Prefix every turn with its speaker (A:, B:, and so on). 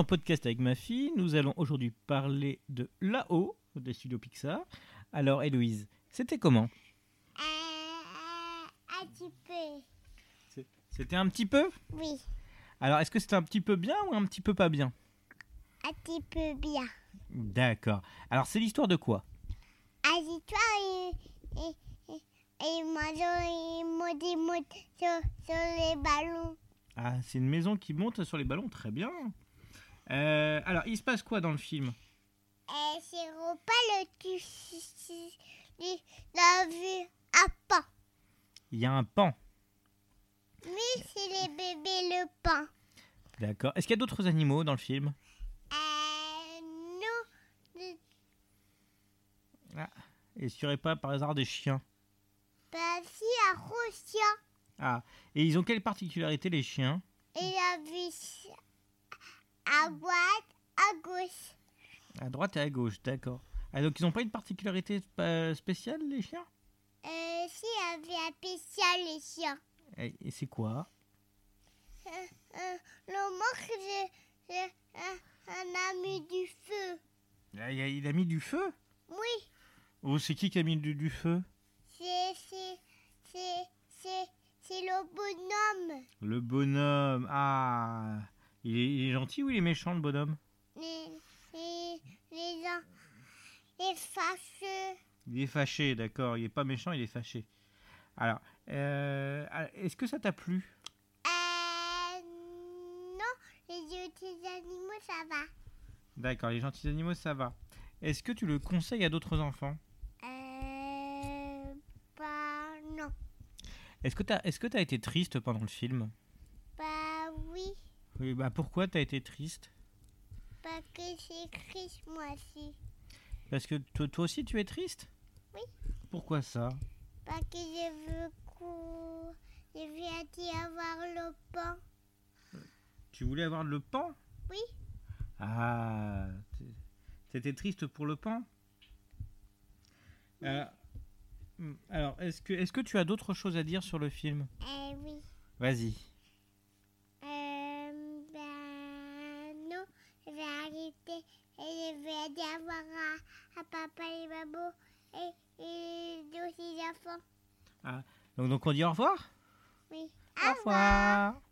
A: En podcast avec ma fille, nous allons aujourd'hui parler de là-haut, des studios Pixar. Alors, Héloïse, c'était comment
B: Euh, un petit peu.
A: C'était un petit peu
B: Oui,
A: Alors, est-ce que c'était un petit peu bien ou un petit peu pas bien
B: un petit peu bien.
A: D'accord. Alors, c'est l'histoire de quoi
B: Assis-toi et, et, et, et mange et monte, et monte sur, sur les ballons.
A: Ah, c'est une maison qui monte sur les ballons, très bien. Euh, alors, il se passe quoi dans le film
B: Et Eh, c'est repas le cul si- si- si- la vue à pain.
A: Il y a un pan,
B: Oui, c'est les bébés le pain.
A: d'accord. Est-ce qu'il y a d'autres animaux dans le film
B: Euh, non, le-
A: Est-ce qu'il n'y aurait pas par hasard des chiens
B: bah si, à Rosia.
A: Ah, et ils ont quelle particularité les chiens
B: Et la vue si- à droite, à gauche.
A: À droite et à gauche, d'accord. Ah, donc ils n'ont pas une particularité sp- euh, spéciale, les chiens
B: Euh, si, avait un spécial les chiens.
A: Et et c'est quoi
B: Euh, le manque, j'ai j'ai un, un ami du feu.
A: Ah, Il a, il a mis du feu
B: Oui,
A: Ou c'est qui qui a mis du, du feu
B: c'est c'est c'est c'est c'est le bonhomme.
A: Le bonhomme. Ah il est, il est gentil ou il est méchant, le bonhomme
B: Les les les gens les fâcheux.
A: Il est fâché, d'accord. Il est pas méchant, il est fâché. Alors, euh, ah, est-ce que ça t'a plu
B: Euh, non, les petits animaux ça va.
A: D'accord, les gentils animaux, ça va. Est-ce que tu le conseilles à d'autres enfants
B: Euh, bah non,
A: Est-ce que t'as est-ce que t'as été triste pendant le film
B: bah oui,
A: Oui, bah pourquoi t'as été triste
B: parce que c'est Chris moi aussi,
A: Parce que to- toi aussi tu es triste
B: Oui.
A: Pourquoi ça
B: parce que je veux qu'on je viens d'y avoir le pain.
A: Tu voulais avoir le pan
B: Oui.
A: Ah, t'es- t'étais triste pour le pan Alors, mm, alors, est-ce que, est que tu as d'autres choses à dire sur le film
B: Eh oui.
A: Vas-y.
B: Euh, ben non, je vais arrêter et je vais aller avoir à, à papa et maman et, et les deux petits enfants.
A: Donc, donc on dit au revoir
B: Oui.
A: Au revoir